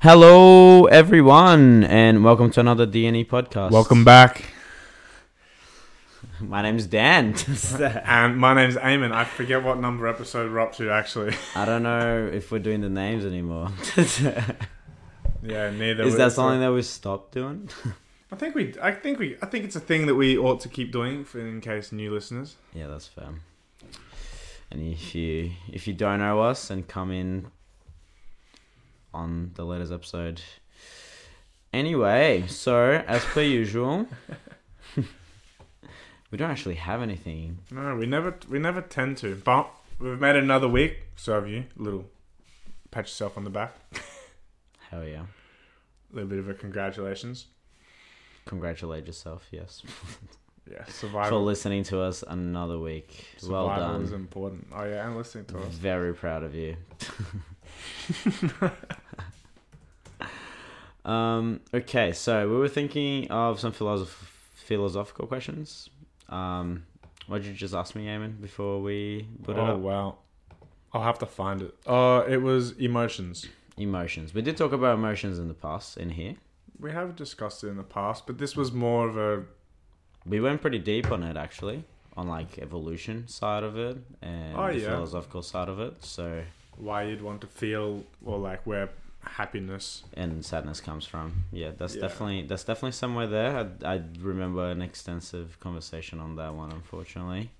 Hello, everyone, and welcome to another DNE podcast. Welcome back. My name's Dan. And my name's Eamon. I forget what number episode we're up to, actually. I don't know if we're doing the names anymore. Is Yeah, neither. that something that we stopped doing? I think we. I think we. I think it's a thing that we ought to keep doing for, in case new listeners. Yeah, that's fair. And if you if you don't know us and come in on the latest episode. Anyway, so as per usual, we don't actually have anything. No, we never. We never tend to. But we've made another week. So have you. Little pat yourself on the back. Hell yeah. A little bit of a congratulations. Congratulate yourself, yes. Yeah, for survival. listening to us another week. Survival well is done. important. Oh yeah, and listening to us. Very proud of you. um, okay, so we were thinking of some philosoph- philosophical questions. Um, what did you just ask me, Eamon, before we put it oh up? wow. I'll have to find it. Uh, it was emotions. Emotions. We did talk about emotions in the past in here. We have discussed it in the past, but this was more of a We went pretty deep on it, actually, on like evolution side of it and Oh, the yeah. philosophical side of it. So, why you'd want to feel or like where happiness and sadness comes from. Yeah, that's Yeah. definitely that's definitely somewhere there. I, I remember an extensive conversation on that one, unfortunately.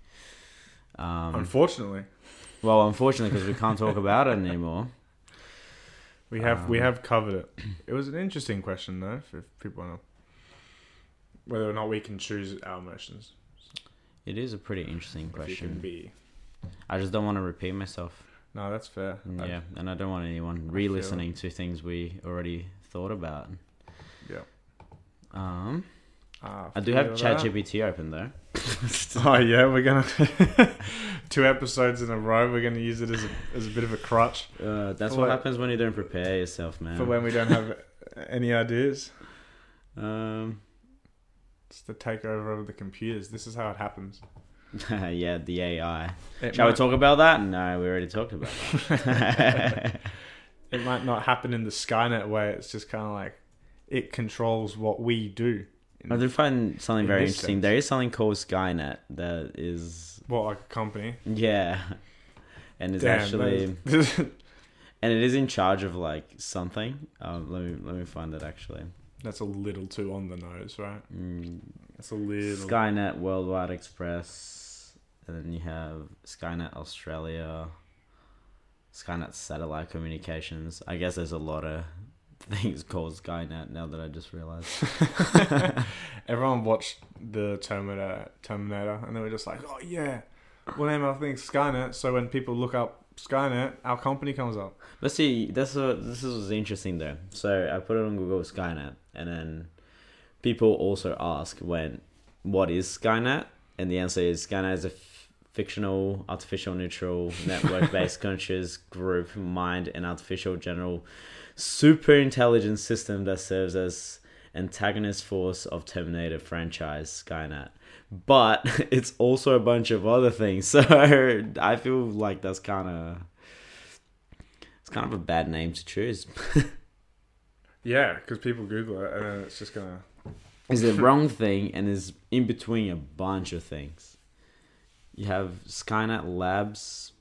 Um, unfortunately well, unfortunately, because we can't talk about it anymore. we have we Um, have covered it it was an interesting question though if, if people want to whether or not we can choose our emotions It is a pretty interesting if you can question. be I just don't want to repeat myself. no that's fair And I- yeah, and I don't want anyone it. re-listening to things we already thought about. Yeah. Um, I I do have feel that. ChatGPT open though. oh yeah we're gonna two episodes in a row we're gonna use it as a, as a bit of a crutch Uh, that's For what what- happens when you don't prepare yourself, man. for when we don't have any ideas um, it's the takeover of the computers this is how it happens yeah, the AI. it, Shall we might- talk about that? No, we already talked about that. it might not happen in the Skynet way. It's just kind of like it controls what we do. I did find something In very this interesting. sense. There is something called Skynet that is, What like a company? yeah, and is Damn, actually, that is- and it is in charge of like something. Um, let me let me find it actually. that's a little too on the nose, right? Mm, That's a little. Skynet Worldwide Express, and then you have Skynet Australia, Skynet Satellite Communications. I guess there's a lot of things called Skynet now that I just realized. Everyone watched the Terminator, Terminator, and they were just like, "Oh yeah, we'll name our thing Skynet." So when people look up Skynet, our company comes up. Let's see. That's what this is what's interesting though. So I put it on Google Skynet, and then people also ask when, what is Skynet? And the answer is Skynet is a f- fictional, artificial, neutral, network-based conscious group mind and artificial general super intelligence system that serves as antagonist force of Terminator franchise Skynet. But it's also a bunch of other things. So I feel like that's kind of it's kind of a bad name to choose. Yeah, because people Google it, and then it's just gonna. It's the wrong thing and is in between a bunch of things. You have Skynet Labs.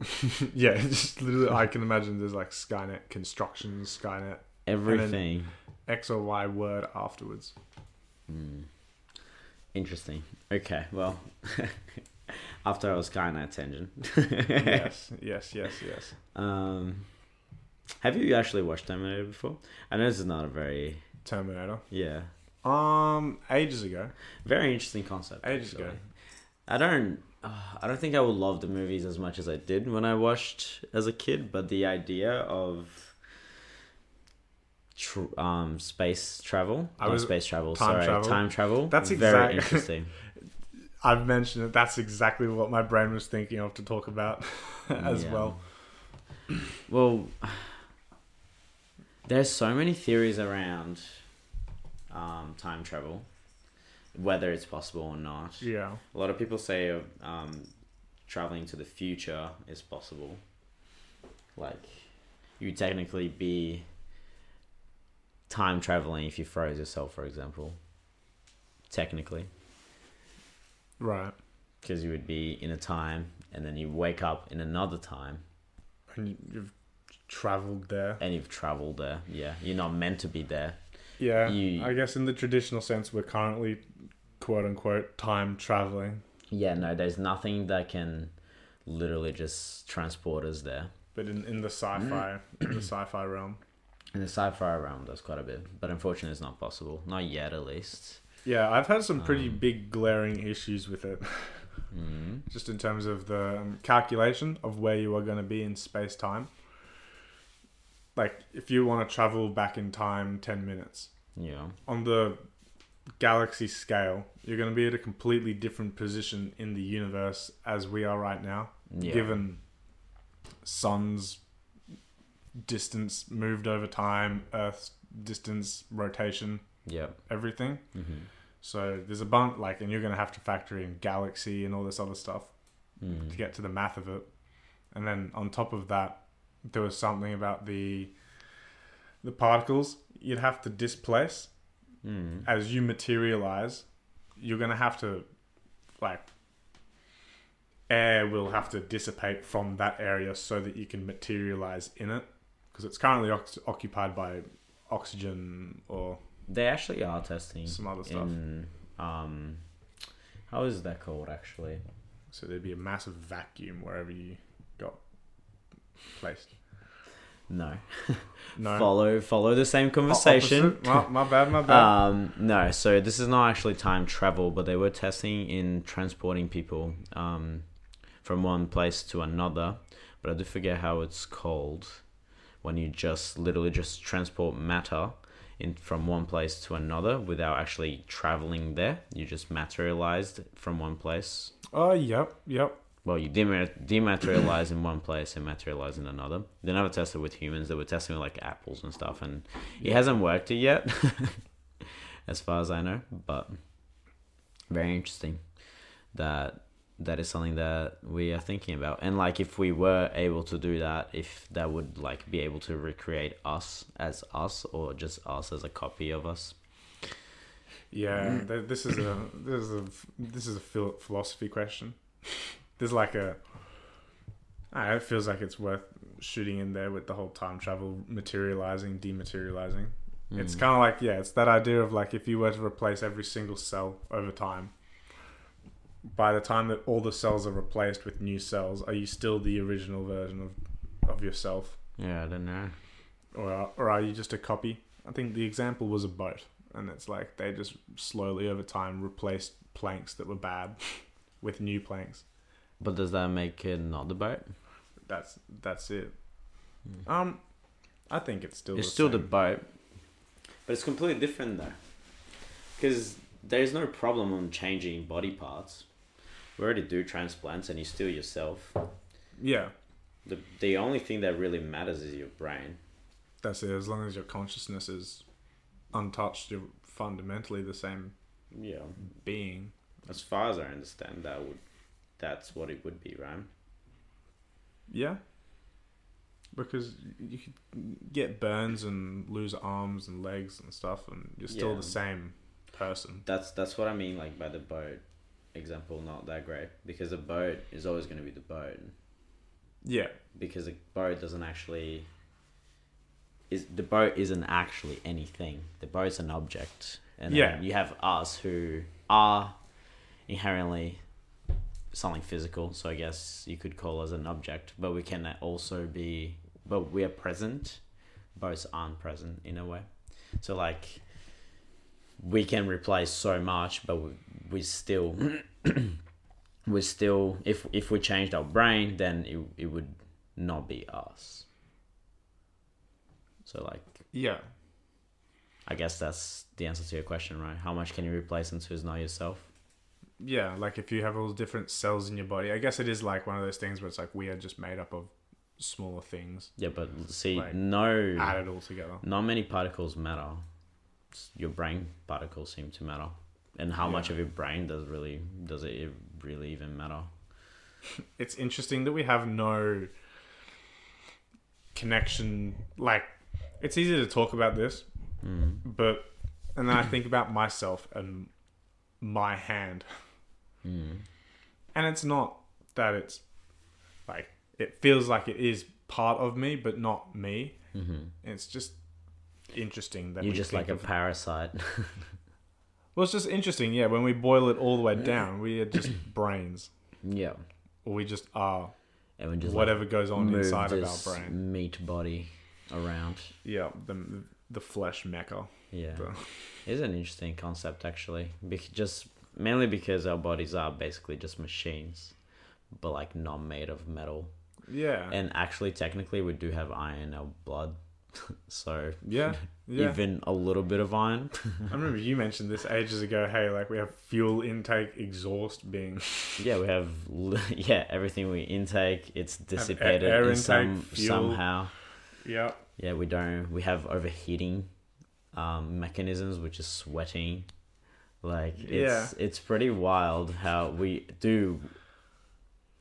yeah, just literally, I can imagine there's like Skynet constructions, Skynet Everything X or Y word afterwards. interesting. Okay, well, after our Skynet tangent, yes, yes, yes, yes. um, have you actually watched Terminator before? I know this is not a very Terminator. yeah Um, ages ago. very interesting concept. Ages actually. ago. I don't. Uh, I don't think I would love the movies as much as I did when I watched as a kid, but the idea of tr- um, space travel, I not was- space travel, time sorry, travel. time travel. That's very exact- interesting. I've mentioned it. That's exactly what my brain was thinking of to talk about as Yeah. well. Well, there's so many theories around um, time travel, whether it's possible or not. Yeah. A lot of people say uh, um, traveling to the future is possible. Like, you technically be time traveling if you froze yourself, for example. Technically, Right. because you would be in a time and then you wake up in another time And you- you've traveled there. and you've traveled there. Yeah, you're not meant to be there. Yeah. You- I guess in the traditional sense, we're currently, quote unquote, time traveling. Yeah, no, there's nothing that can literally just transport us there. But in, in the sci-fi, in the sci-fi realm. In the sci-fi realm, there's quite a bit, but unfortunately, it's not possible. Not yet, at least. Yeah, I've had some pretty Um, big glaring issues with it, Mm. just in terms of the um, calculation of where you are going to be in space time. Like, if you want to travel back in time 10 minutes, Yeah. on the galaxy scale, you're going to be at a completely different position in the universe as we are right now, Yeah. given sun's distance moved over time, Earth's distance, rotation, Yeah. everything. Mm-hmm. So there's a bunch like, and you're going to have to factor in galaxy and all this other stuff Mm. to get to the math of it. And then on top of that, there was something about the the particles you'd have to displace Mm. as you materialize. You're going to have to like air will have to dissipate from that area so that you can materialize in it because it's currently ox- occupied by oxygen or They actually are testing some other stuff. in um, how is that called actually? So there'd be a massive vacuum wherever you got placed. No. No. Follow follow the same conversation. Opposite. My, my bad, my bad. Um, no, so this is not actually time travel, but they were testing in transporting people um, from one place to another. But I do forget how it's called when you just literally just transport matter in from one place to another without actually traveling there. You just materialized from one place oh, yep, yep. well, you dema- dematerialize in one place and materialize in another. They never tested with humans. They were testing with like apples and stuff, and it hasn't worked it yet, as far as I know. But very interesting that that is something that we are thinking about. And like, if we were able to do that, if that would like be able to recreate us as us, or just us as a copy of us. Yeah, Mm. th- this is a this is a this is a phil- philosophy question. There's like a. I don't know, it feels like it's worth shooting in there with the whole time travel materializing, dematerializing. It's Mm. kind of like yeah, it's that idea of like if you were to replace every single cell over time. By the time that all the cells are replaced with new cells, are you still the original version of of yourself, yeah, I don't know. or are, or are you just a copy? I think the example was a boat, and it's like they just slowly over time replaced planks that were bad with new planks. But does that make it not the boat? That's that's it. Mm. Um, I think it's still it's still the same. boat, but it's completely different though, because there's no problem on changing body parts. We already do transplants, and you're still yourself. yeah. The the only thing that really matters is your brain. That's it. As long as your consciousness is untouched, you're fundamentally the same Yeah, being. as far as I understand, that would that's what it would be, right? Yeah. Because you could get burns and lose arms and legs and stuff, and you're still Yeah. the same person. That's that's what I mean, like by the boat example, not that great because the boat is always going to be the boat. Yeah. because the boat doesn't actually is the boat isn't actually anything. The boat's an object, and then Yeah. you have us who are inherently something physical. So I guess you could call us an object, but we can also be, but we are present. Boats aren't present in a way. So like, we can replace so much, but we, we still. We still, if if we changed our brain, then it, it would not be us. So like Yeah. I guess that's the answer to your question, right? How much can you replace into is not yourself? Yeah. Like if you have all the different cells in your body, I guess it is like one of those things where it's like we are just made up of smaller things Yeah, but see Like, no added all together. not many particles matter. It's your brain particles seem to matter. And how much Yeah. of your brain does really does it e- really even matter? it's interesting that we have no connection. Like, it's easy to talk about this Mm. But and then I think about myself and my hand. Mm. And it's not that it's like it feels like it is part of me, but not me. Mm-hmm. It's just interesting that You're we just like think a of- parasite. well, it's just interesting, yeah. When we boil it all the way down, we are just brains, yeah. or we just are And we just like, whatever goes on move inside of our this brain. meat body around. Yeah, the the flesh mecca. Yeah. So- It's an interesting concept actually. Bec- just mainly because our bodies are basically just machines, but like not made of metal. Yeah, And actually, technically, we do have iron in our blood. so yeah, yeah. even a little bit of iron. I remember you mentioned this ages ago. Hey, like we have fuel intake, exhaust being yeah, we have. li- Yeah, everything we intake, it's dissipated air in intake, some fuel. somehow. yeah, Yeah, we don't. We have overheating um, mechanisms, which is sweating. Like it's it's pretty wild how we do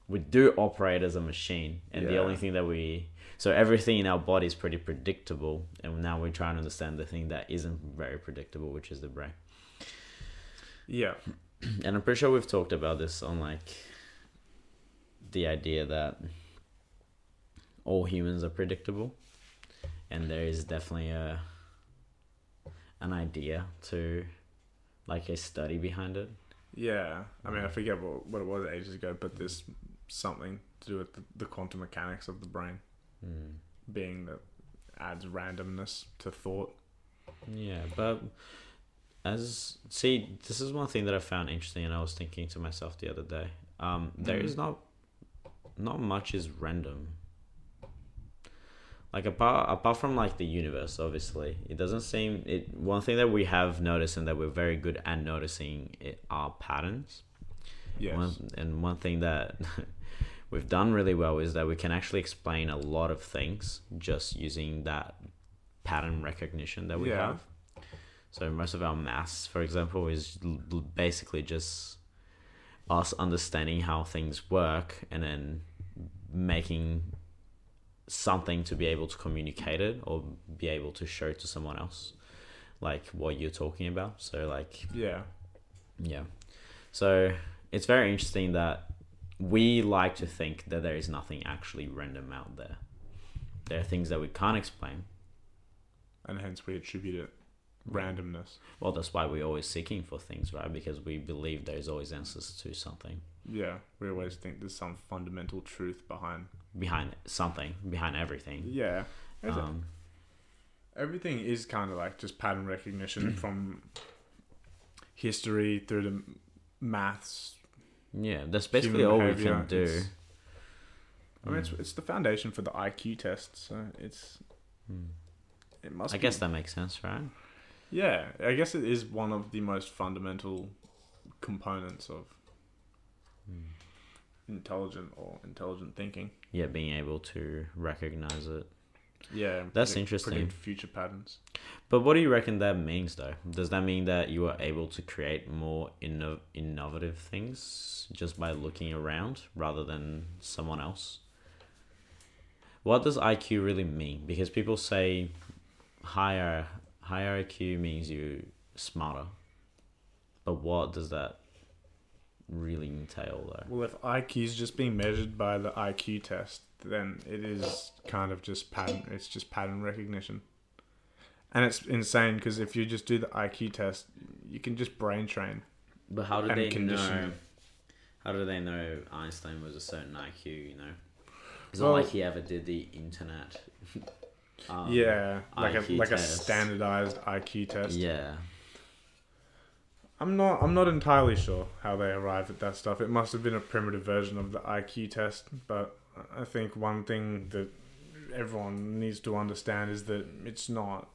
we do operate as a machine, and the Yeah. only thing that we so everything in our body is pretty predictable, and now we're trying to understand the thing that isn't very predictable, which is the brain. yeah, And I'm pretty sure we've talked about this on like the idea that all humans are predictable, and there is definitely a an idea to like a study behind it. yeah. I mean, I forget what, what it was ages ago, but there's something to do with the, the quantum mechanics of the brain Mm. being that adds randomness to thought. Yeah, but as see, this is one thing that I found interesting, and I was thinking to myself the other day. Um, there is Mhm. not not much is random. Like apart apart from like the universe, obviously, it doesn't seem it. One thing that we have noticed and that we're very good at noticing it, are patterns. Yes. One, and one thing that we've done really well is that we can actually explain a lot of things just using that pattern recognition that we Yeah. have. So most of our maths, for example, is l- l- basically just us understanding how things work and then making something to be able to communicate it or be able to show to someone else like what you're talking about so like yeah. yeah. So it's very interesting that we like to think that there is nothing actually random out there. There are things that we can't explain. And hence we attribute it randomness. Well, that's why we're always seeking for things, right? Because we believe there's always answers to something Yeah. We Mm. always think there's some fundamental truth behind. behind it, something behind everything. Yeah. There's a- Mm. Um, everything is kind of like just pattern recognition from history through to m- maths. yeah, that's basically human all we behavior. can do. It's- I mean, it's, it's the foundation for the IQ test, so it's Mm. it must. I be- guess that makes sense, right? Yeah, I guess it is one of the most fundamental components of Mm. intelligent or intelligent thinking. Yeah, being able to recognize it. Yeah, and That's predict- interesting. Predict future patterns. But what do you reckon that means, though? Does that mean that you are able to create more inno- innovative things just by looking around rather than someone else? What does IQ really mean? Because people say higher higher IQ means you smarter, but what does that really entail, though? Well, if IQ is just being measured by the IQ test, then it is kind of just pattern. It's just pattern recognition, and it's insane because if you just do the IQ test, you can just brain train. But how do And they know? conditioning. How do they know Einstein was a certain IQ? You know, it's Well- not like he ever did the internet. um, yeah, like a IQ like a test. standardized IQ test. Yeah. I'm not I'm not entirely sure how they arrived at that stuff. It must have been a primitive version of the IQ test, but I think one thing that everyone needs to understand is that it's not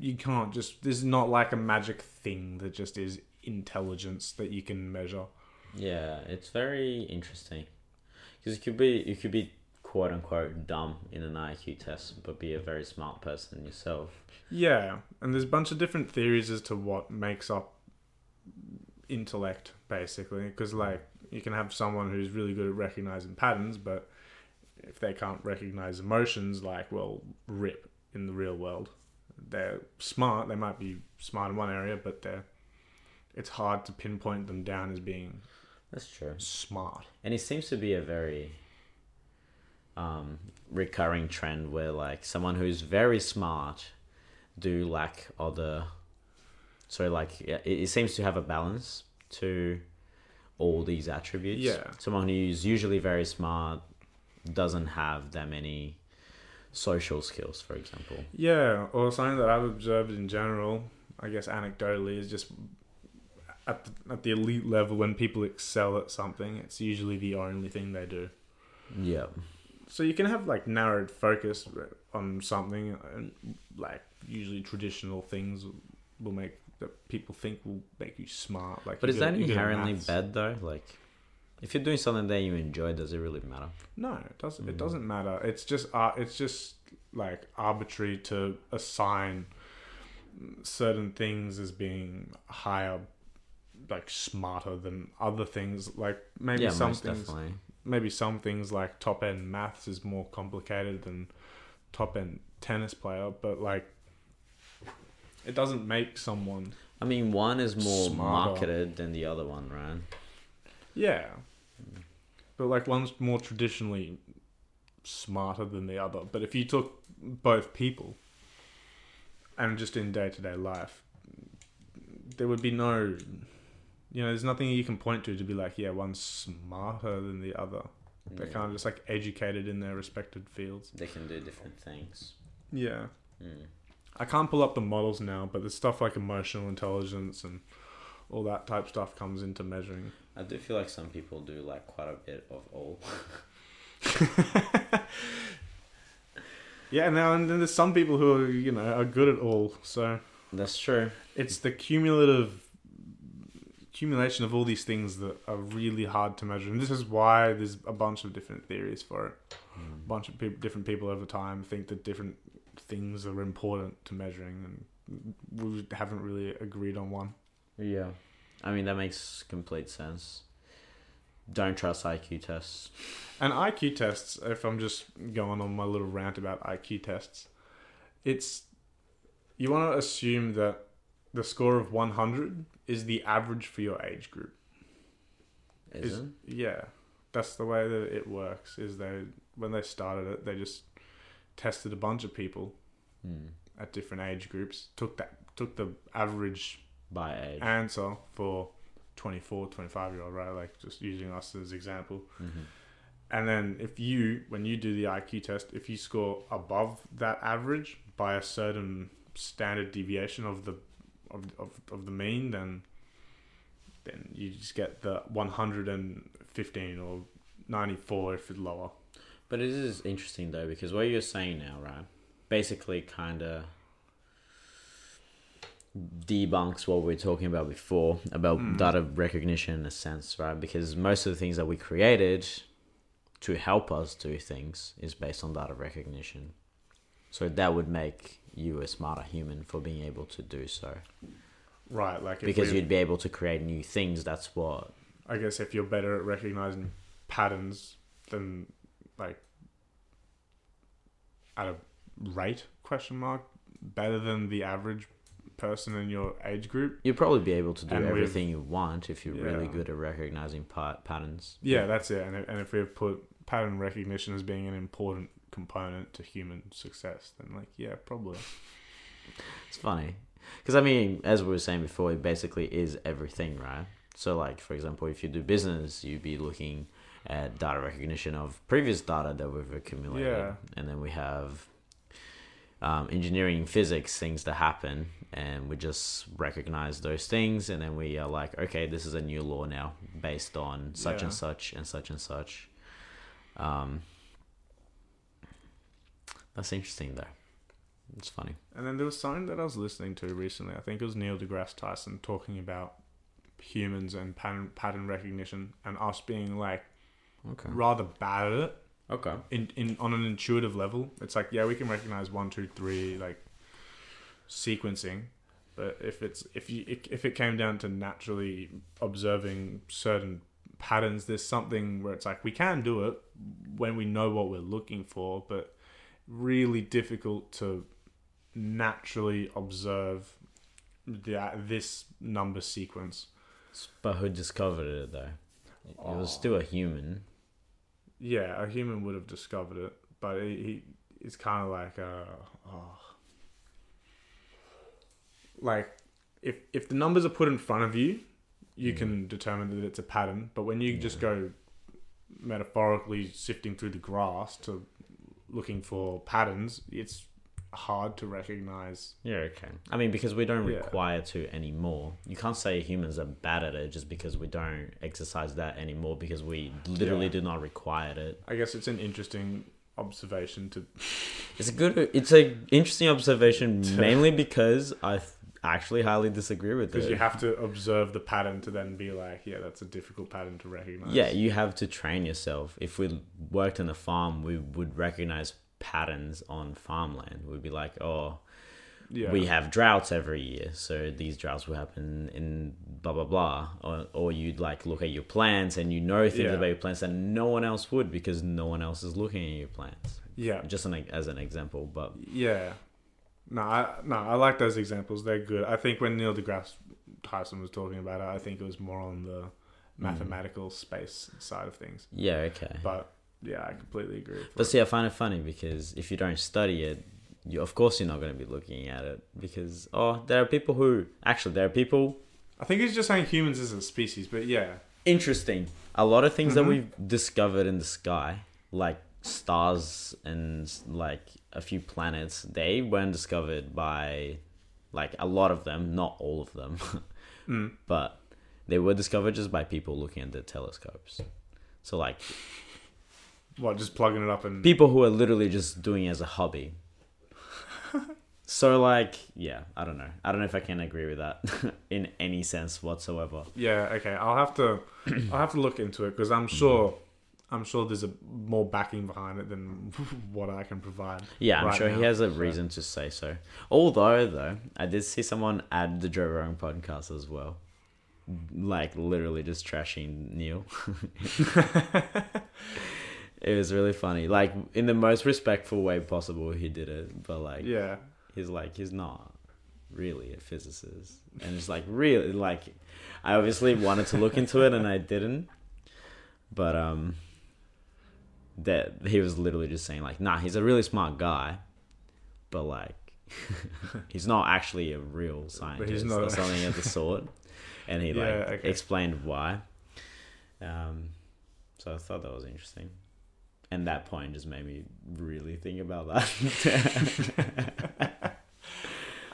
you can't just there's not like a magic thing that just is intelligence that you can measure. Yeah, it's very interesting because you could be you could be quote unquote dumb in an IQ test, but be a very smart person yourself. Yeah, and there's a bunch of different theories as to what makes up intellect, basically. Because, like, you can have someone who's really good at recognizing patterns, but if they can't recognize emotions, like, well, rip in the real world. they're smart. They might be smart in one area, but they're it's hard to pinpoint them down as being That's true. smart. And it seems to be a very um, recurring trend where like someone who's very smart do lack other. So like yeah, it, it seems to have a balance to all these attributes. Yeah. Someone who's usually very smart doesn't have that many social skills, for example. Yeah, or something that I've observed in general, I guess anecdotally, is just at the, at the elite level when people excel at something, it's usually the only thing they do. Yeah. So you can have like narrowed focus on something, and like usually traditional things will make that people think will make you smart. Like, But you're is good- that you're good at inherently maths. bad though? Like if you're doing something that you enjoy, does it really matter? No, it doesn't. It Mm. doesn't matter. It's just uh, it's just like arbitrary to assign certain things as being higher, like smarter than other things. Like maybe yeah, some most things, definitely. maybe some things like top end maths is more complicated than top end tennis player, but like it doesn't make someone. I mean, one is more Smarter. marketed than the other one, right? Yeah. But like one's more traditionally smarter than the other. But if you took both people and just in day to day life, there would be no you know, there's nothing you can point to to be like, yeah, one's smarter than the other. They're Yeah. kind of just like educated in their respected fields. They can do different things. Yeah. Mm. I can't pull up the models now, but there's stuff like emotional intelligence and all that type stuff comes into measuring. I do feel like some people do like quite a bit of all. Yeah, now and then there's some people who are, you know are good at all. So That's true. it's the cumulative accumulation of all these things that are really hard to measure, and this is why there's a bunch of different theories for it. A bunch of peop different people over time think that different things are important to measuring, and we haven't really agreed on one. Yeah. I mean, that makes complete sense. Don't trust IQ tests. And IQ tests, if I'm just going on my little rant about IQ tests, it's you want to assume that the score of 100 is the average for your age group. Is, Is- it? Yeah, that's the way that it works. Is they when they started it, they just tested a bunch of people Mm. at different age groups, took that took the average By age. Ah. answer for 24, 25 year old, right? Like just using us as example. hmm And then if you, when you do the IQ test, if you score above that average by a certain standard deviation of the of, of, of the mean, then then you just get the 115 or 94 if it's lower. But it is interesting though because what you're saying now, right? Basically, kind of debunks what we are talking about before about Mm. data recognition in a sense, right? Because most of the things that we created to help us do things is based on data recognition. So that would make you a smarter human for being able to do so. Right, like if Because we- you'd be able to create new things. That's what I guess if you're better at recognizing patterns than like at a rate question mark better than the average person in your age group you'd probably be able to do And we've- everything you want if you're really Yeah. good at recognizing pa- patterns. Yeah, that's it. And if, and if we've put pattern recognition as being an important component to human success, then like, yeah, probably. It's funny. Because, I mean, as we were saying before, it basically is everything, right? So, like, for example, if you do business, you'd be looking at data recognition of previous data that we've accumulated. Yeah. And then we have um, engineering, physics, things that happen. And we just recognize those things. And then we are like, okay, this is a new law now based on such Yeah. and such and such and such. Um, that's interesting, though. It's funny. And then there was something that I was listening to recently. I think it was Neil deGrasse Tyson talking about humans and pattern pattern recognition and us being like Okay. rather bad at it Okay. in, in on an intuitive level. It's like, yeah, we can recognize one, two, three, like sequencing. But if it's if you if- if it came down to naturally observing certain patterns, there's something where it's like we can do it when we know what we're looking for, but really difficult to naturally observe that this number sequence. But who discovered it though? It was Aw. still a human. Yeah, a human would have discovered it, but he, he it's kind of like uh, oh. like if if the numbers are put in front of you, you Mm. can determine that it's a pattern. But when you just go metaphorically sifting through the grass to looking for patterns, it's hard to recognize. Yeah, okay. I mean, because we don't Yeah. require to anymore. You can't say humans are bad at it just because we don't exercise that anymore because we literally Yeah. do not require it. I guess it's an interesting observation to It's a good. It's a interesting observation, mainly because I th- actually highly disagree with because it. you have to observe the pattern to then be like, yeah, that's a difficult pattern to recognize. yeah, you have to train yourself. If we worked in a farm, we would recognize patterns on farmland. We'd be like, oh, yeah. we have droughts every year, so these droughts will happen in blah blah blah. Or, or you'd like look at your plants and you know things Yeah. about your plants that no one else would because no one else is looking at your plants. yeah. Just an, as an example, but Yeah. No, I no, I like those examples. They're good. I think when Neil deGrasse Tyson was talking about it, I think it was more on Mm. the mathematical space side of things. yeah, okay. But yeah, I completely agree. with But that. see, I find it funny because if you don't study it, you of course you're not going to be looking at it because oh, there are people who actually there are people I think he's just saying humans as a species, but yeah. interesting. A lot of things Mhm. that we've discovered in the sky, like stars and like a few planets, they weren't discovered by like a lot of them, not all of them, Mm. but they were discovered just by people looking at their telescopes. So like What, just plugging it up and people who are literally just doing it as a hobby. so like, yeah, I don't know. I don't know if I can agree with that in any sense whatsoever. Yeah, okay. I'll have to I'll have to look into it because I'm sure I'm sure there's a more backing behind it than what I can provide. Yeah, I'm right sure now. he has a So- reason to say so. Although, though, I did see someone add the Joe Rogan podcast as well. Like, literally just trashing Neil. it was really funny. Like, in the most respectful way possible, he did it. But, like, Yeah. he's like he's not really a physicist and it's like really like i obviously wanted to look into it and i didn't but um that he was literally just saying like nah he's a really smart guy but like he's not actually a real scientist not- or something of the sort and he like Yeah, okay. explained why um so i thought that was interesting and that point just made me really think about that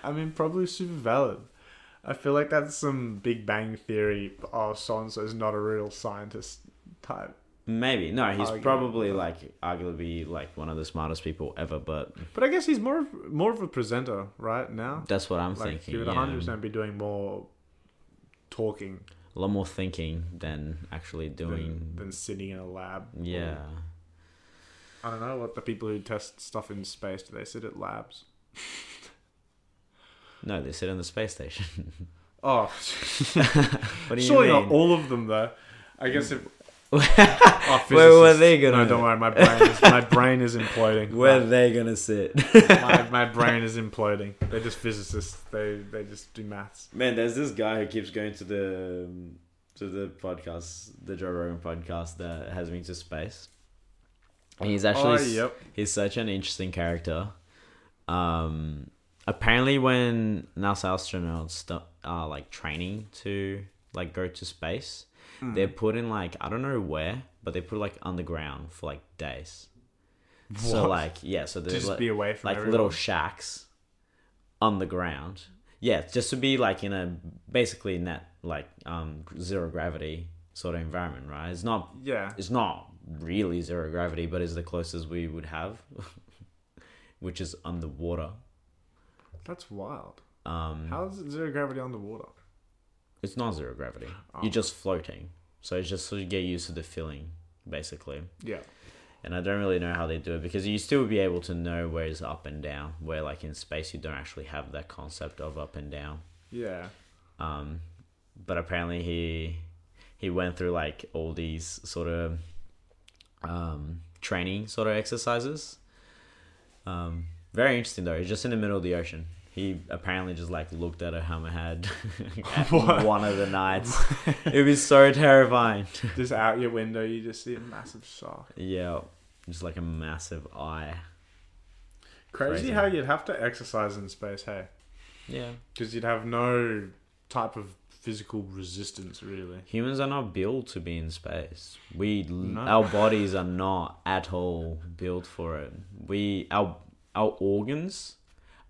I mean, probably super valid. I feel like that's some Big Bang Theory. Oh, so and so's not a real scientist type. Maybe no, he's Arguably. probably like arguably like one of the smartest people ever, but But I guess he's more of, more of a presenter right now. that's what I'm like he thinking. would yeah. 100 be doing more talking A lot more thinking than actually doing. than, than sitting in a lab. yeah, I don't know what the people who test stuff in space do. They sit at labs. no, they sit on the space station. Oh, what do you surely mean? not all of them though. I guess if. Where oh, were physicists. they gonna- No, don't worry. My brain is my brain is imploding. Where they gonna sit? my, my brain is imploding. They're just physicists. They they just do maths. Man, there's this guy who keeps going to the um, to the podcast, the Joe Rogan podcast that has been to space. And he's actually Oh, s- yep. he's such an interesting character. Um, apparently, when NASA astronauts st- are like training to like go to space, Hmm. they're put in like I don't know where, but they put like underground for like days. So What? like yeah, so To there's just like, be away from like everyone. little shacks on the ground. Yeah, just to be like in a basically in that like um zero gravity sort of environment, right? It's not Yeah. it's not really zero gravity, but it's the closest we would have, which is underwater. That's wild. Um, How is it zero gravity underwater? it's not zero gravity. You're just floating, so it's just so you get used to the feeling, basically. Yeah. And I don't really know how they do it because you still be able to know where is up and down. Where like in space, you don't actually have that concept of up and down. Yeah. um, but apparently he he went through like all these sort of um, training sort of exercises um, Very interesting though. He's just in the middle of the ocean. He apparently just like looked at a hammerhead at What? one of the nights. it would be so terrifying. just out your window, you just see a massive shark. Yeah, just like a massive eye. Crazy, Crazy. how you'd have to exercise in space, hey? Yeah. Because you'd have no type of physical resistance, really. Humans are not built to be in space. We No. our bodies are not at all built for it. We our our organs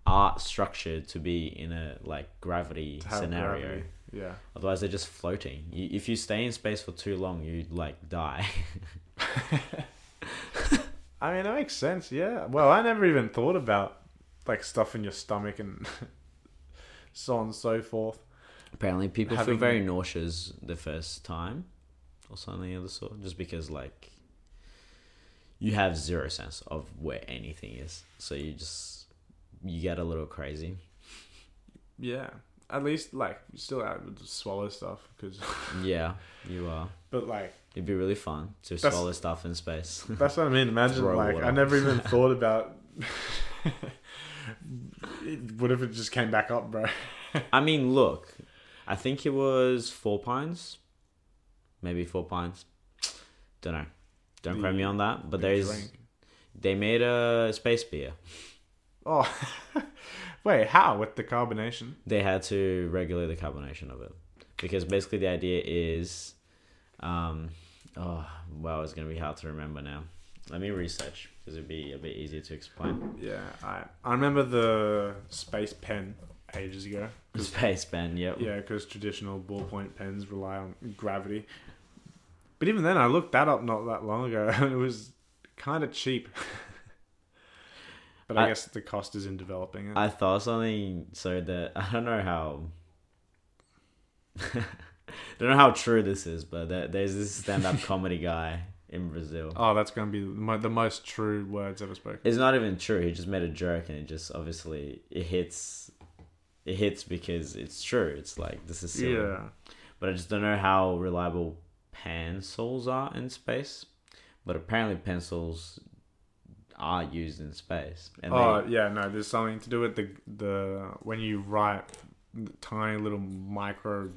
are structured to be in a like gravity To have scenario. gravity. Yeah. Otherwise, they're just floating. You, if you stay in space for too long, you like die. I mean, that makes sense. Yeah. Well, I never even thought about like stuff in your stomach and so on and so forth. Apparently, people feel Having- very nauseous the first time, or something of the sort, just because like you have zero sense of where anything is, so you just you get a little crazy. Yeah. At least like you still I would just swallow stuff because, Yeah, you are. but like It'd be really fun to That's- swallow stuff in space. that's what I mean. Imagine Throw like it I up. never even thought about. It- what if it just came back up, bro? I mean, look, I think it was Four Pines, maybe Four Pines. Don't know. Don't quote The- me on that. But The there is. drink. They made a space beer. Oh, wait, how with the carbonation? They had to regulate the carbonation of it because basically the idea is, um, oh wow, it's gonna be hard to remember now. Let me research because it'd be a bit easier to explain. Yeah, I I remember the space pen ages ago. Space pen, yep. Yeah, because traditional ballpoint pens rely on gravity. But even then, I looked that up not that long ago, and it was kind of cheap. but I, I- guess the cost is in developing it. I thought something so that I don't know how don't know how true this is, but there, there's this stand-up comedy guy in Brazil. oh, that's going to be the mo- the most true words ever spoken. It's not even true. He just made a joke, and it just obviously it hits. It hits because it's true. It's like this is silly. Yeah, But I just don't know how reliable pencils are in space. But apparently pencils are used in space. And oh they, yeah, no, there's something to do with the the when you write the tiny little micro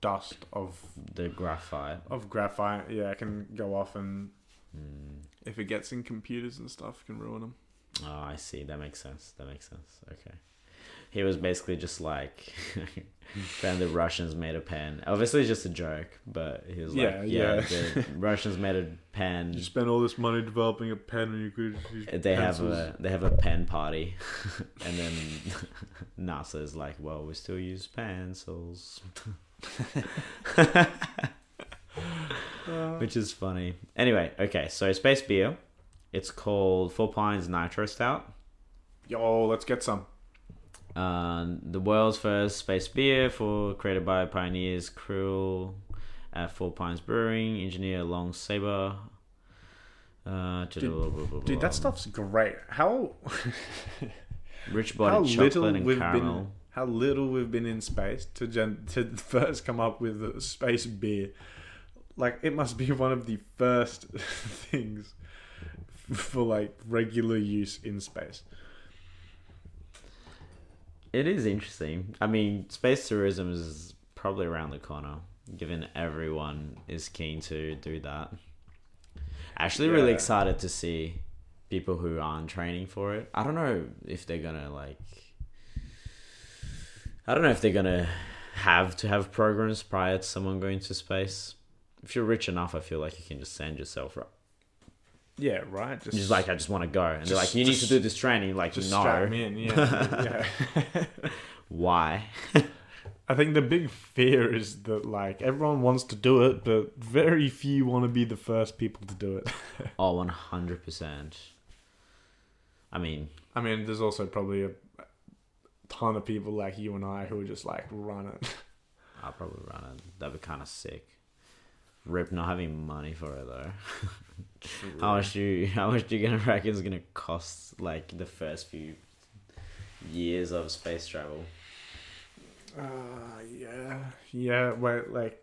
dust of the graphite. of graphite. Yeah, it can go off, and Mm. if it gets in computers and stuff, it can ruin them. Oh, I see. That makes sense. That makes sense. Okay. He was basically just like, then the Russians made a pen. Obviously, it's just a joke, but he was like, Yeah, yeah, yeah. the Russians made a pen. You spend all this money developing a pen, and you could just use They have pencils. a they have a pen party, and then NASA is like, well, we still use pencils, Uh, which is funny. Anyway, okay, so space beer, it's called Four Pines Nitro Stout. Yo, let's get some. Um, the world's first space beer for created by pioneers Krill at Four Pines Brewing, engineer Long Saber. Uh, Dude- Dude, that stuff's great. How rich how body little chocolate and we've been caramel. how little we've been in space to gen- to first come up with a space beer. Like it must be one of the first things for like regular use in space. It is interesting. I mean, space tourism is probably around the corner, given everyone is keen to do that. Actually, really Yeah. excited to see people who aren't training for it. I don't know if they're gonna like. I don't know if they're gonna have to have programs prior to someone going to space. If you're rich enough, I feel like you can just send yourself. Right? Yeah, right. You're Just like I just want to go, and they're like, Just- "You need to just- do this training." You're Like, just no, strap me in. Yeah, yeah. why? I think the big fear is that like everyone wants to do it, but very few want to be the first people to do it. Oh, one hundred percent. I mean, I mean, there's also probably a ton of people like you and I who are just like run it. I'll probably run it. That'd be kind of sick. Rip not having money for it though. How much do you, how much do you gonna reckon is gonna cost like the first few years of space travel? Uh, yeah, yeah. Wait, like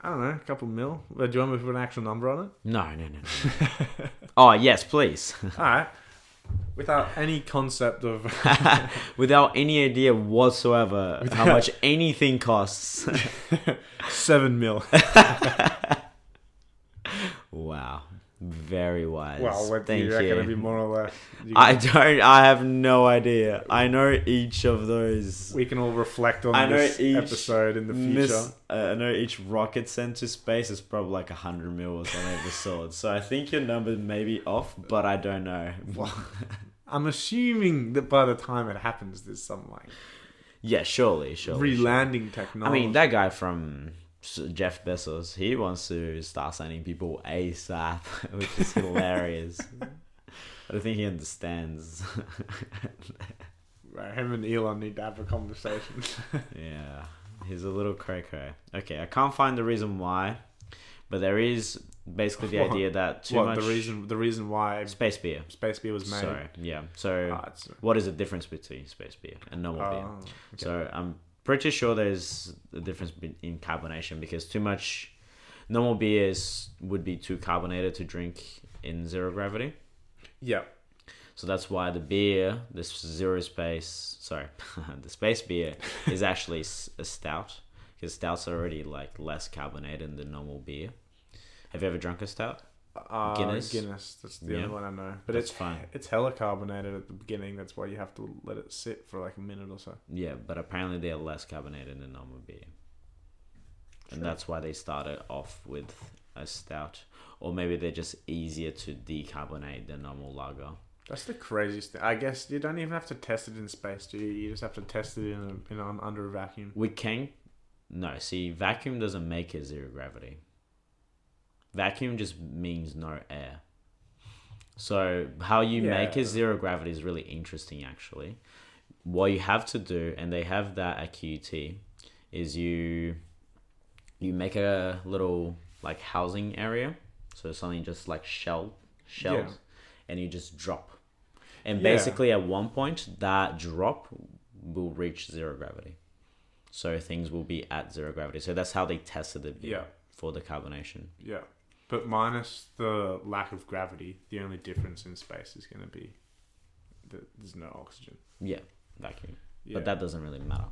I don't know, a couple mil. Wait, do you want me to put an actual number on No, no, no. no. oh yes, please. it? All right. without any concept of without any idea whatsoever how Without- much anything costs. seven mil. wow, very wise. Well, what Thank do you reckon it'd be more or less? You- I don't. I have no idea. I know each of those. we can all reflect on I know this each episode in the future. miss- uh, I know each rocket sent to space is probably like a hundred mil or something of the sort. So I think your number may be off, but I don't know. I'm assuming that by the time it happens, there's some like yeah, surely, surely. surely. re-landing I technology. mean, that guy from S- Jeff Bezos, he wants to start sending people ASAP, which is hilarious. I don't think he understands. Right, him and Elon need to have a conversation. yeah, he's a little cray cray. Okay, I can't find the reason why, but there is basically the What? idea that too what much the reason? The reason why space beer. space beer was made. Sorry, yeah. So, Ah, it's- what is the difference between space beer and normal beer? oh, So I'm pretty sure there's a difference be- in carbonation because too much normal beers would be too carbonated to drink in zero gravity. yeah. So that's why the beer, this zero space, sorry, the space beer is actually s- a stout because stouts are already like less carbonated than normal beer. Have you ever drunk a stout? Uh, Guinness? Guinness. That's the Yeah. other one I know. But That's it's fine. It's hella carbonated at the beginning. That's why you have to let it sit for like a minute or so. Yeah, but apparently they're less carbonated than normal beer. And Sure. that's why they started off with a stout. Or maybe they're just easier to decarbonate than normal lager. That's the craziest thing. I guess you don't even have to test it in space, do you? You just have to test it in, a, in a, under a vacuum. We can. No, see, vacuum doesn't make it zero gravity. Vacuum just means no air. So, how you make Yeah. it zero gravity is really interesting, actually. What you have to do, and they have that at QUT, is you you make a little like housing area, so something just like shell shells, and you just drop. And Yeah. basically, at one point, that drop will reach zero gravity. So things will be at zero gravity. So that's how they tested the beer Yeah. for the carbonation. Yeah. But minus the lack of gravity, the only difference in space is going to be that there's no oxygen. Yeah, vacuum. Yeah. But that doesn't really matter.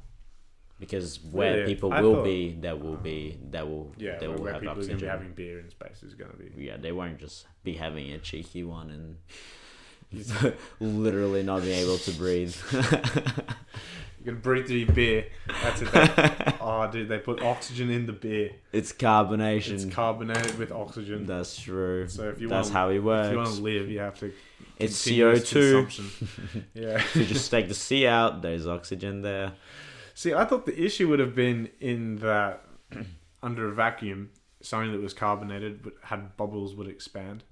Because where Really? people I will thought- be, there will be, there will, yeah, there where, will where have people are going to be oxygen. having beer in space is going to be. Yeah, they won't just be having a cheeky one and literally not being able to breathe. You can breathe through your beer. That's it. They, oh, dude, they put oxygen in the beer. it's carbonation. It's carbonated with oxygen. That's true. So if you That's want, how it if you want works. to live, you have to. It's CO continuous two. consumption. yeah. You just take the C out. There's oxygen there. See, I thought the issue would have been in that under a vacuum, something that was carbonated but had bubbles would expand,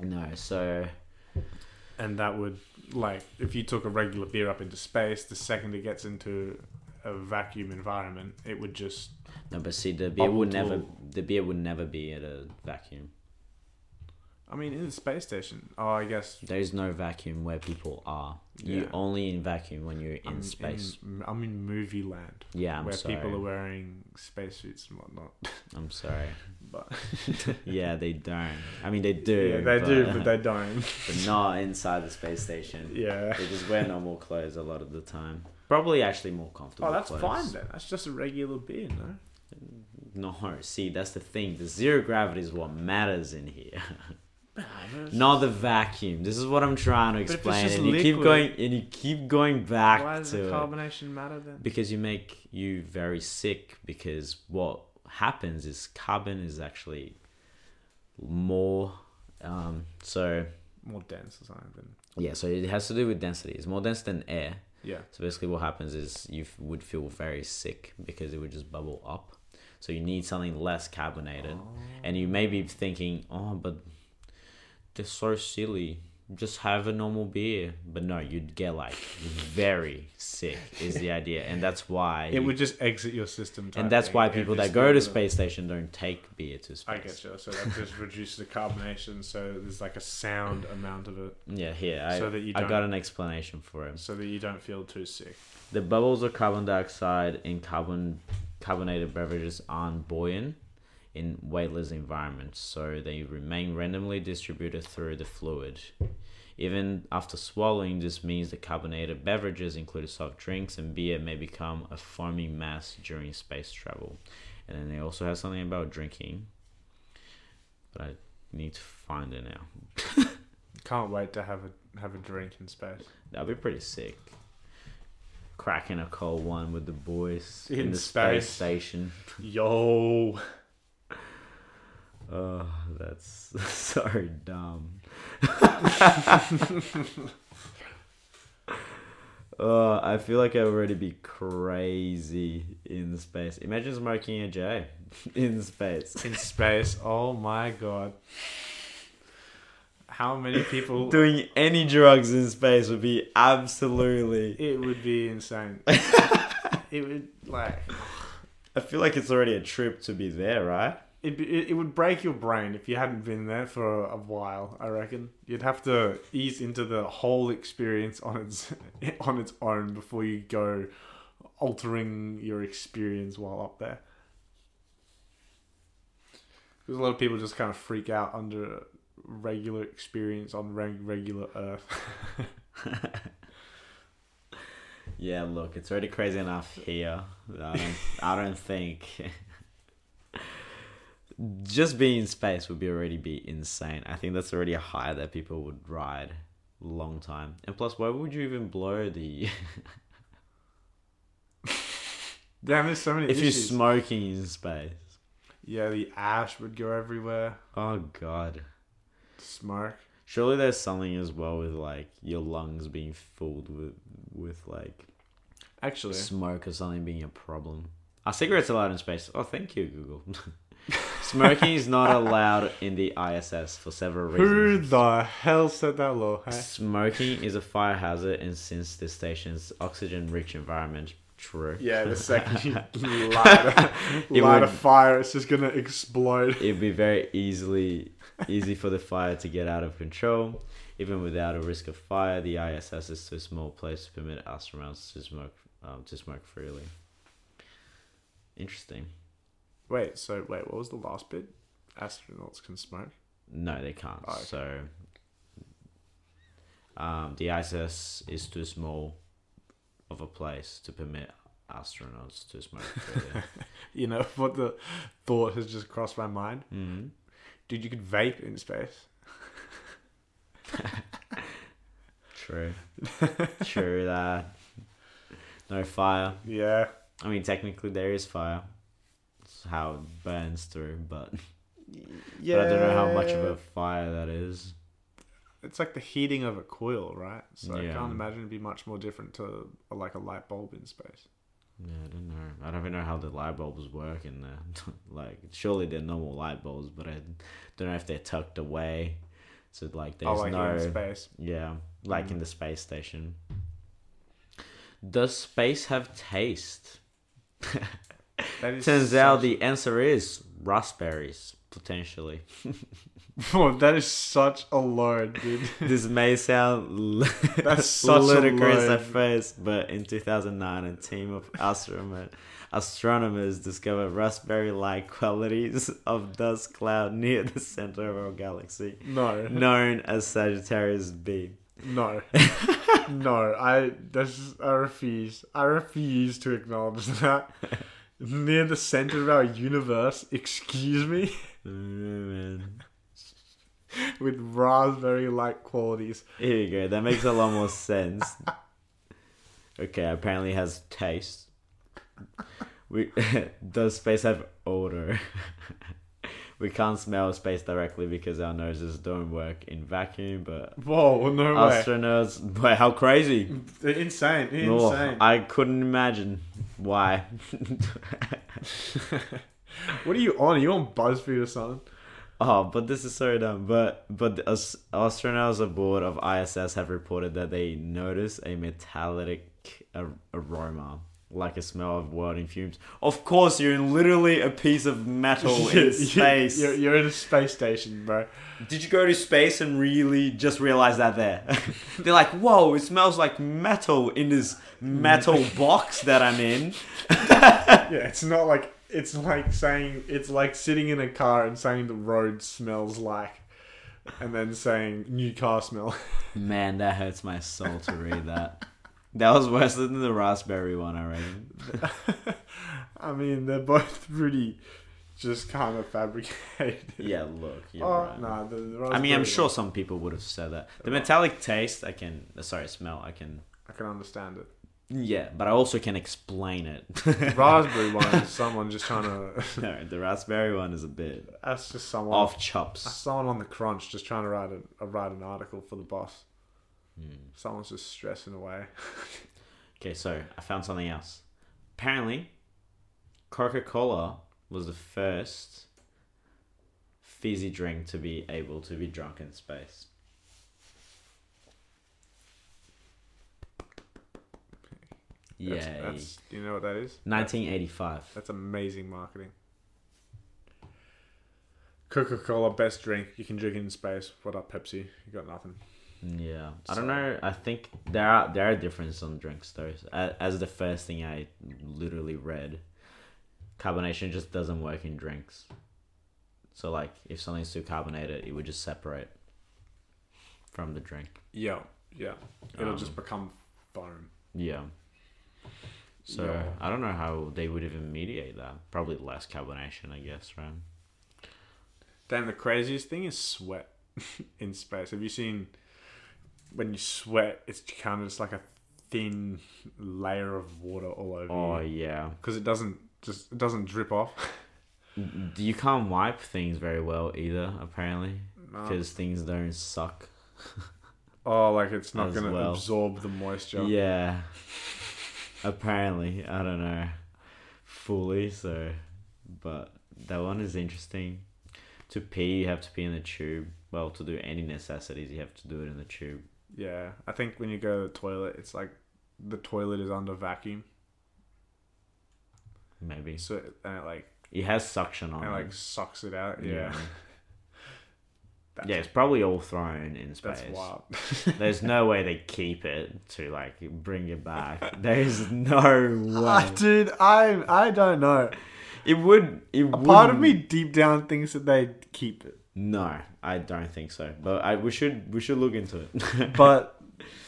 No, so and that would like if you took a regular beer up into space, the second it gets into a vacuum environment, it would just no, but see, the beer would Bubbled never. The beer would never be at a vacuum. I mean, in the space station. Oh, I guess There is no vacuum where people are. Yeah. You're only in vacuum when you're in I'm space. In, I'm in movie land yeah, I'm where sorry. people are wearing spacesuits and whatnot. I'm sorry. But Yeah, they don't. I mean, they do. yeah, they do, but they don't. but not inside the space station. yeah. They just wear normal clothes a lot of the time. Probably actually more comfortable. Oh, that's clothes. fine then. That's just a regular beer, no? No, see, that's the thing. The zero gravity is what matters in here, No, it's- not the vacuum. This is what I'm trying to But if it's explain. just And you keep liquid- going, and you keep going back Why does the to it. carbonation matter then? because you make you very sick because what happens is carbon is actually more um so More dense or something. Than, yeah so it has to do with density it's more dense than air yeah. so basically what happens is you f- would feel very sick because it would just bubble up so you need something less carbonated and you may be thinking oh but they're so silly just have a normal beer but no you'd get like very sick is the idea and that's why It you would just exit your system. type and that's thing. why It people just that go to doesn't- space station don't take beer to space. I get you. So that just reduces the carbonation. So there's like a sound amount of it, Yeah, here I, so that you I don't, got an explanation for it. so that you don't feel too sick. The bubbles of carbon dioxide in carbon carbonated beverages aren't buoyant in weightless environments, so they remain randomly distributed through the fluid. Even after swallowing, this means the carbonated beverages, including soft drinks and beer, may become a foaming mass during space travel. And then they also have something about drinking, but I need to find it now. Can't wait to have a have a drink in space. That'd be pretty sick. Cracking a cold one with the boys In in, the space space. station. Yo, Oh, that's so dumb. uh, I feel like I'd already be crazy in space. Imagine smoking a J in space. in space. Oh my god. How many people? Doing any drugs in space would be absolutely. It would be insane. it would like I feel like it's already a trip to be there, right? it, it it would break your brain if you hadn't been there for a while. I reckon you'd have to ease into the whole experience on its on its own before you go altering your experience while up there. Because a lot of people just kind of freak out under regular experience on reg- regular Earth. Yeah, look, it's already crazy enough here. I don't, I don't think. Just being in space would be already be insane. I think that's already a high that people would ride long time. And plus, why would you even blow the Damn, there's so many if you're issues. smoking in space? yeah, the ash would go everywhere. Oh god. Smoke. Surely there's something as well with like your lungs being filled with with like Actually, smoke or something being a problem. Are cigarettes allowed in space? Oh, thank you, Google. Smoking is not allowed in the ISS for several who reasons. the hell said that law? Hey? Smoking is a fire hazard, and since the station's oxygen-rich environment, true, Yeah, the second you light a, It light a would- fire, it's just gonna explode. it'd be very easily easy for the fire to get out of control. Even without a risk of fire, the ISS is too small a place to permit astronauts to smoke um, to smoke freely. Interesting. Wait, so wait, what was the last bit? Astronauts can smoke. No, they can't. Oh, okay. So um, the ISS is too small of a place to permit astronauts to smoke. Really. You know what the thought has just crossed my mind? mm Dude, you could vape in space. True. True that. No fire. Yeah, I mean, technically there is fire. It's how it burns through, but, yeah. but I don't know how much of a fire that is. It's like the heating of a coil, right? So I Yeah. can't imagine it'd be much more different to uh, like a light bulb in space. Yeah, I don't know. I don't even know how the light bulbs work in there. like, surely they're normal light bulbs, but I don't know if they're tucked away. So like, there's oh, like no in space. yeah, like in Mm. the space station. Does space have taste? That is Turns out such- the answer is raspberries potentially. Whoa, that is such a load, dude. this may sound That's such a ludicrous load. at first, but in 2009, a team of astronomer- astronomers discovered raspberry-like qualities of dust cloud near the center of our galaxy, No, known as Sagittarius B. No. no, I that's I refuse. I refuse to acknowledge that. Near the center of our universe, excuse me, I don't know, man. with raspberry like qualities. Here you go. That makes a lot more sense. Okay, apparently has taste. We does space have odor? we can't smell space directly because our noses don't work in vacuum, but Whoa, no astronauts. Wait, how crazy! way. They're insane, they're Oh, insane. I couldn't imagine why. what are you on? Are you on BuzzFeed or something? Oh, but this is so dumb. But but the as- astronauts aboard of ISS have reported that they notice a metallic ar- aroma, like a smell of welding fumes. Of course, you're in literally a piece of metal You're- in space. You're, you're in a space station, bro. Did you go to space and really just realize that there? They're like, whoa, it smells like metal in this metal box that I'm in. Yeah, it's not like it's like saying it's like sitting in a car and saying the road smells like and then saying new car smell. Man, that hurts my soul to read that. That was worse than the raspberry one, I reckon. I mean, they're both pretty, just kind of fabricated. Yeah, look. You're Oh right. nah, the, the I mean, I'm raspberry sure one, some people would have said that. The metallic taste, I can. uh, Sorry, smell, I can. I can understand it. Yeah, but I also can explain it. raspberry one is someone just trying to. no, the raspberry one is a bit That's just someone. off that's chops. someone on the crunch just trying to write a, uh, write an article for the boss. Hmm. Someone's just stressing away. Okay, so I found something else. Apparently, Coca Cola was the first fizzy drink to be able to be drunk in space. Yeah, That's, that's you know what that is. 1985. That's amazing marketing. Coca Cola, best drink you can drink in space. What up, Pepsi? You got nothing. Yeah, I So- don't know. I think there are there are differences on drinks though. A- As the first thing I literally read, carbonation just doesn't work in drinks. So like, if something's too carbonated, it would just separate from the drink. Yeah, yeah. It'll Um, just become foam. Yeah. So Yeah. I don't know how they would even mediate that. Probably less carbonation, I guess, right? Damn, the craziest thing is sweat in space. Have you seen when you sweat? It's kind of just like a thin layer of water all over Oh you yeah, because it doesn't just it doesn't drip off. D- you can't wipe things very well either, apparently, No. because things don't suck. Oh, like it's not As going to well. absorb the moisture. Yeah. Apparently, I don't know fully, so but that one is interesting. To pee, you have to pee in the tube. Well, to do any necessities, you have to do it in the tube. Yeah, I think when you go to the toilet, it's like the toilet is under vacuum, Maybe so it, and it like it has suction on and it it. like sucks it out. Oh. Yeah, Yeah. That's, yeah, it's probably all thrown in space. that's wild. There's no way they keep it to like bring it back. There is no Ah, way. dude, I I don't know. It would. It A part of wouldn't- me deep down thinks that they keep it, No, I don't think so. But I we should we should look into it. but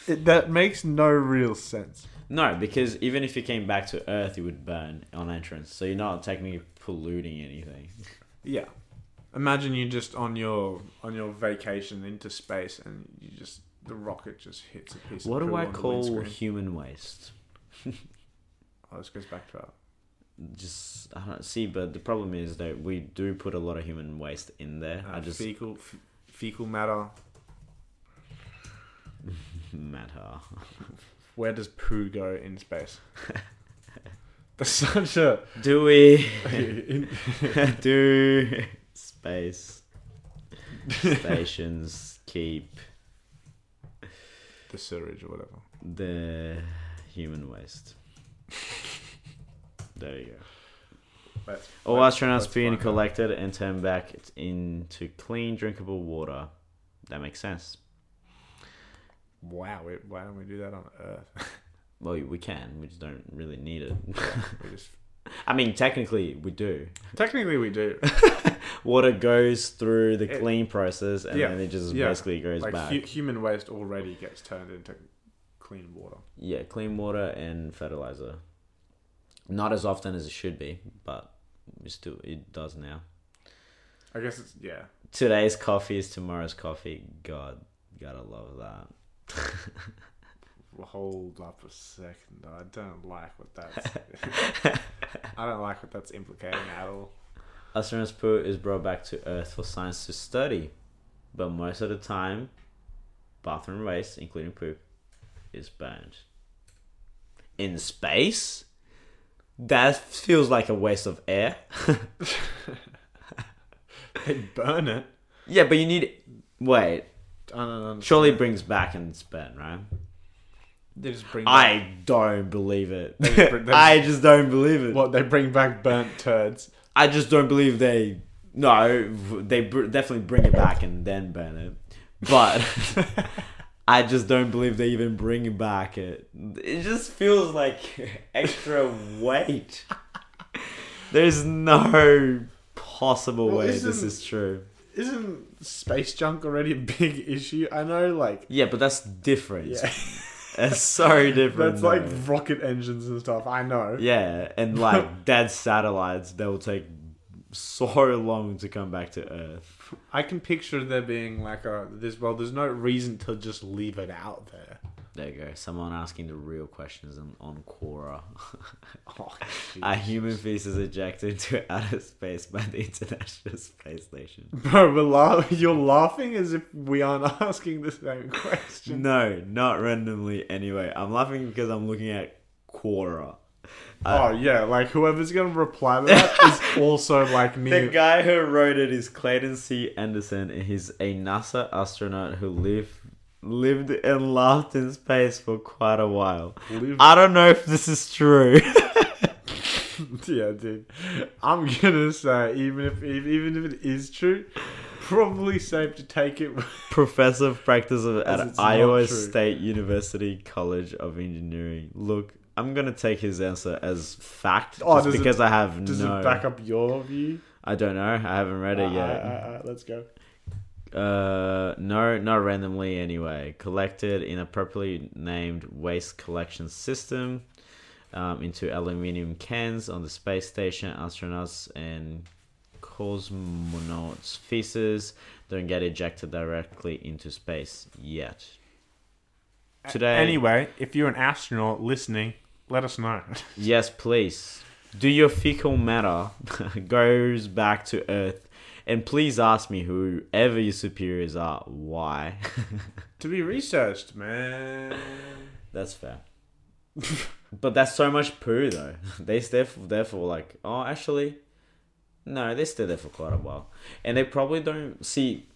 it, that makes no real sense. No, because even if you came back to Earth, it would burn on entrance. So you're not technically polluting anything. Yeah, imagine you just on your on your vacation into space and you just the rocket just hits a piece. What of do poo I on the call windscreen. human waste? Oh, this goes back to our Just I don't see, but the problem is that we do put a lot of human waste in there. uh, I just fecal f- fecal matter. matter. Where does poo go in space? That's such a Do we in, do space stations keep the sewage or whatever. the human waste? There you go. That's, All that's- astronauts that's being fine. collected and turned back into clean, drinkable water. That makes sense. Wow, we, why don't we do that on Earth? Well, we can. We just don't really need it. we just I mean, technically, we do. technically we do. Water goes through the It- clean process, and yeah, then it just yeah. basically goes like back. hu- human waste already gets turned into clean water. yeah, clean water and fertilizer. Not as often as it should be, but we still it does now. I guess it's yeah. Today's coffee is tomorrow's coffee. God, gotta love that. Hold up a second. I don't like what that's. I don't like what that's implicating at all. Astronauts poo is brought back to Earth for science to study, but most of the time, bathroom waste, including poop, is burned. In space? That feels like a waste of air. They burn it. yeah, but you need. Wait, I don't understand. surely it brings back and it's burned, right? They just bring. Back, I don't believe it. They just bring- they- I just don't believe it. what they bring back burnt turds. I just don't believe they. No, they br- definitely bring it back and then burn it. But I just don't believe they even bring it back. It it just feels like extra weight. There's no possible Well, way this isn't- is true. isn't space junk already a big issue? I know, like, Yeah, but that's different. yeah, That's so different. that's like though. rocket engines and stuff. I know. Yeah, and like dead satellites that will take so long to come back to Earth. I can picture there being like a this. Well, there's no reason to just leave it out there. There you go. Someone asking the real questions on, on Quora. Oh, Are jeez. human feces ejected into outer space by the International Space Station? Bro, we're laugh- you're laughing as if we aren't asking the same question. No, not randomly. Anyway, I'm laughing because I'm looking at Quora. oh yeah, like whoever's gonna reply to that is also like me. The guy who wrote it is Clayton C. Anderson. and He's a NASA astronaut who lived lived and laughed in space for quite a while. Lived- I don't know if this is true. yeah, dude. I'm gonna say even if if- even if it is true, probably safe to take it. Professor of practice of, As at it's not Iowa true. State University College of Engineering. Look, I'm gonna take his answer as fact Oh, just does it- because I have Does no. it back up your view? I don't know. I haven't read it yet. Alright, alright, alright, uh, let's go. Uh, no, not randomly anyway. Collected in a properly named waste collection system um, into aluminium cans on the space station. Astronauts and cosmonauts' feces don't get ejected directly into space yet. Today- Anyway, if you're an astronaut listening, let us know. Yes, please. Do your fecal matter goes back to Earth, and please ask me whoever your superiors are why. to be researched, man. That's fair. but that's so much poo though. They stay for, therefore like, oh, actually, no, they stay there for quite a while, and they probably don't see.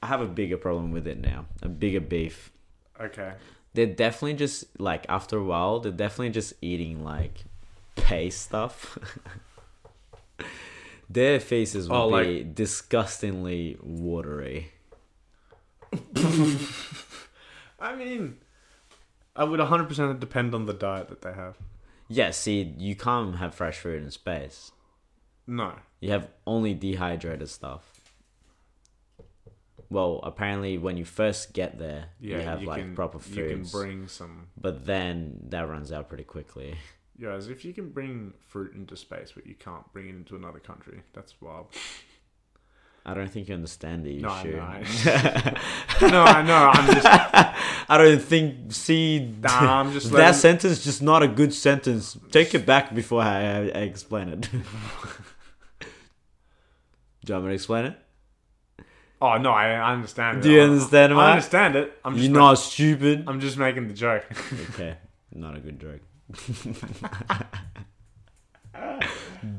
I have a bigger problem with it now, a bigger beef. Okay. They're definitely just like after a while, they're definitely just eating like pay stuff. Their faces will Oh, be disgustingly watery. I mean, I would 100% depend on the diet that they have. Yeah, see, you can't have fresh food in space. No. You have only dehydrated stuff. Well, apparently, when you first get there, Yeah, you have like can, proper You can foods, bring some. but then that runs out pretty quickly. Yeah, as if you can bring fruit into space, but you can't bring it into another country. That's wild. I don't think you understand the No, I issue. know. no, I know. I'm just. I don't think. See, Nah, I'm just. that Letting, sentence just not a good sentence. Take it back before I, I, I explain it. Do you want me to explain it? oh no, I, I understand. Do it. you I- understand I, why? understand it. I'm just. You're ma- not stupid. I'm just making the joke. Okay, not a good joke.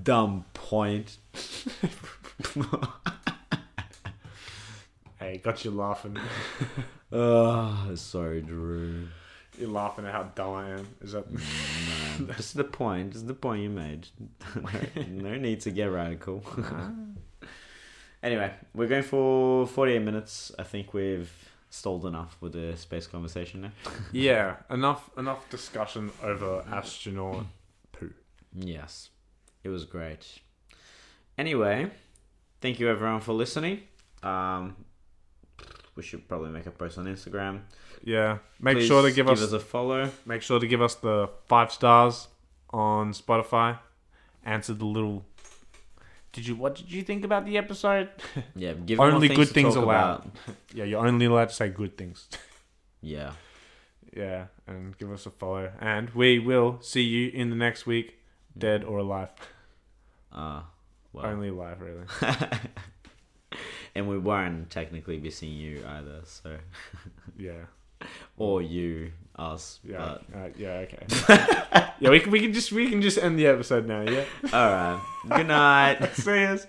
Dumb point. hey, got you laughing. Oh, sorry, Drew. You're laughing at how dumb I am. Is that? No, just the point. Just the point you made. No, no need to get radical. anyway, we're going for 48 minutes. I think we've stalled enough with the space conversation now. yeah. Enough. Enough discussion over astronaut poo. Yes, it was great. Anyway, thank you everyone for listening. Um, we should probably make a post on Instagram. Yeah. Make Please sure to give, us a follow. Make sure to give us the five stars on Spotify. Answer the little. Did you? What did you think about the episode? Yeah, give Only more good to things talk allowed. about. yeah, you're only allowed to say good things. Yeah, yeah, and give us a follow, and we will see you in the next week, dead or alive. uh, well, Only alive, really. and we won't technically be seeing you either. So, Yeah, or you, us. yeah, uh, yeah. Okay. yeah, we can, we can just we can just end the episode now. Yeah. But all right. Good night. See us.